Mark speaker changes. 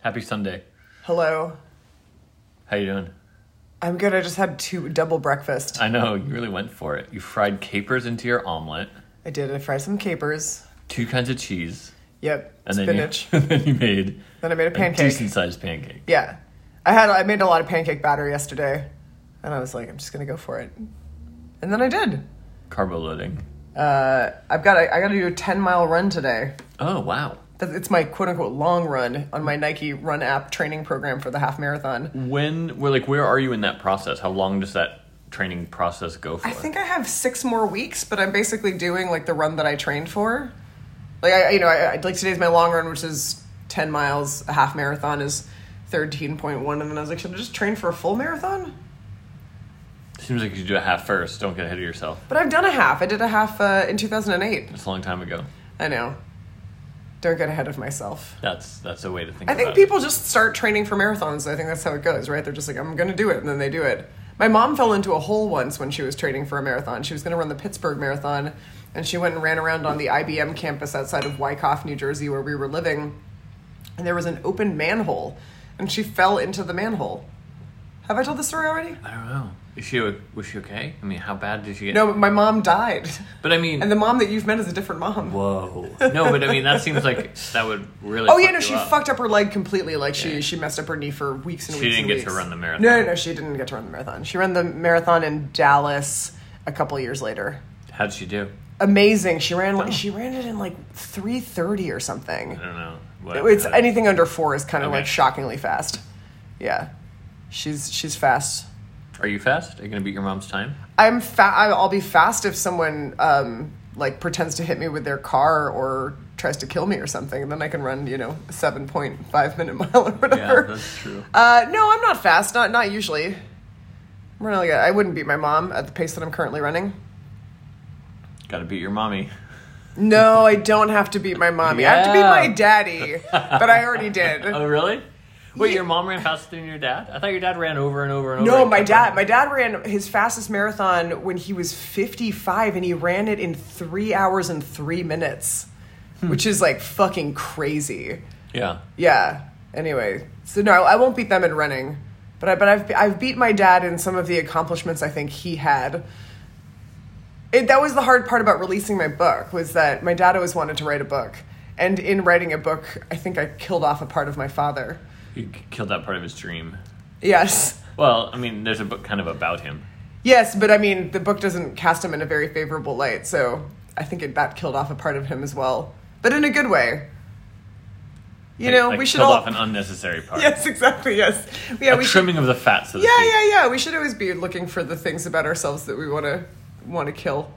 Speaker 1: Happy Sunday.
Speaker 2: Hello.
Speaker 1: How you doing?
Speaker 2: I'm good. I just had two double breakfast.
Speaker 1: I know you really went for it. You fried capers into your omelet,
Speaker 2: I did. I fried some capers.
Speaker 1: two kinds of cheese,
Speaker 2: Yep.
Speaker 1: and then you,
Speaker 2: spinach.
Speaker 1: and then you made
Speaker 2: then I made a
Speaker 1: a
Speaker 2: pancake.
Speaker 1: decent sized pancake.
Speaker 2: yeah. I had I made a lot of pancake batter yesterday, and I was like, I'm just gonna go for it, and then I did.
Speaker 1: Carbo loading.
Speaker 2: Uh, I've got I got to do a 10 mile run today.
Speaker 1: Oh wow.
Speaker 2: That's- It's my quote unquote long run on my Nike Run app training program for the half marathon.
Speaker 1: When we're like, where are you in that process? How long does that training process go for?
Speaker 2: I think I have six more weeks, but I'm basically doing like the run that I trained for. Like I, you know, I, I like today's my long run, which is ten miles. A half marathon is thirteen point one, and then I was like, should I just train for a full marathon?
Speaker 1: Seems like you should do a half first. Don't get ahead of yourself.
Speaker 2: But I've done a half. I did a half uh, in two thousand and eight.
Speaker 1: It's a long time ago.
Speaker 2: I know. Don't get ahead of myself.
Speaker 1: That's that's a way to think.
Speaker 2: I think
Speaker 1: about it.
Speaker 2: people just start training for marathons. I think that's how it goes, right? They're just like, I'm going to do it, and then they do it. My mom fell into a hole once when she was training for a marathon. She was going to run the Pittsburgh Marathon, and she went and ran around on the IBM campus outside of Wyckoff, New Jersey, where we were living. And there was an open manhole, and she fell into the manhole. Have I told this story already?
Speaker 1: I don't know. Is she o- was she okay? I mean, how bad did she get?
Speaker 2: No, but my mom died.
Speaker 1: but I mean,
Speaker 2: And the mom that you've met is a different mom.
Speaker 1: Whoa. No, but I mean that seems like that would really.
Speaker 2: Oh yeah,
Speaker 1: fuck
Speaker 2: no,
Speaker 1: you
Speaker 2: she
Speaker 1: up.
Speaker 2: fucked up her leg completely. Like
Speaker 1: Yeah.
Speaker 2: she she messed up her knee for weeks and
Speaker 1: She
Speaker 2: weeks.
Speaker 1: didn't
Speaker 2: and
Speaker 1: get to
Speaker 2: weeks.
Speaker 1: run the marathon.
Speaker 2: No, no, no, she didn't get to run the marathon. She ran the marathon in Dallas a couple years later.
Speaker 1: How'd she do?
Speaker 2: Amazing. She ran
Speaker 1: Oh.
Speaker 2: like she ran it in like three thirty or something.
Speaker 1: I don't know. What,
Speaker 2: It's
Speaker 1: uh,
Speaker 2: anything under four is kind of
Speaker 1: Okay.
Speaker 2: like shockingly fast. Yeah, she's she's fast.
Speaker 1: Are you fast? Are you gonna beat your mom's time?
Speaker 2: I'm fa- I'll be fast if someone um, like pretends to hit me with their car or tries to kill me or something, and then I can run you know seven point five minute mile or whatever.
Speaker 1: true.
Speaker 2: Uh, no, I'm not fast. Not not usually. I'm running like a, I wouldn't beat my mom at the pace that I'm currently running.
Speaker 1: Gotta beat your mommy.
Speaker 2: No, I don't have to beat my mommy. I have to beat
Speaker 1: Yeah.
Speaker 2: my daddy, but I already did.
Speaker 1: Oh really? Wait, your mom ran faster than your dad? I thought your dad ran over and over and over.
Speaker 2: No,
Speaker 1: and
Speaker 2: my
Speaker 1: kept
Speaker 2: dad. My dad ran his fastest marathon when he was 55, and he ran it in three hours and three minutes, which is like fucking crazy.
Speaker 1: running.
Speaker 2: Yeah. Anyway, so no, I won't beat them in running, but I, but I've I've beat my dad in some of the accomplishments I think he had. It, that was the hard part about releasing my book was that my dad always wanted to write a book, and in writing a book, I think I killed off a part of my father.
Speaker 1: Yeah, he k- killed that part of his dream.
Speaker 2: Yes.
Speaker 1: Well, I mean, there's a book kind of about him.
Speaker 2: Yes, but I mean, the book doesn't cast him in a very favorable light, so I think it, that killed off a part of him as well, but in a good way. You
Speaker 1: Like-
Speaker 2: know,
Speaker 1: like
Speaker 2: we should
Speaker 1: killed
Speaker 2: all.
Speaker 1: off an unnecessary part.
Speaker 2: yes, exactly. Yes, yeah,
Speaker 1: A
Speaker 2: we should
Speaker 1: trimming of the fat, so to
Speaker 2: Yeah,
Speaker 1: speak.
Speaker 2: yeah, yeah. We should always be looking for the things about ourselves that we want to want to kill.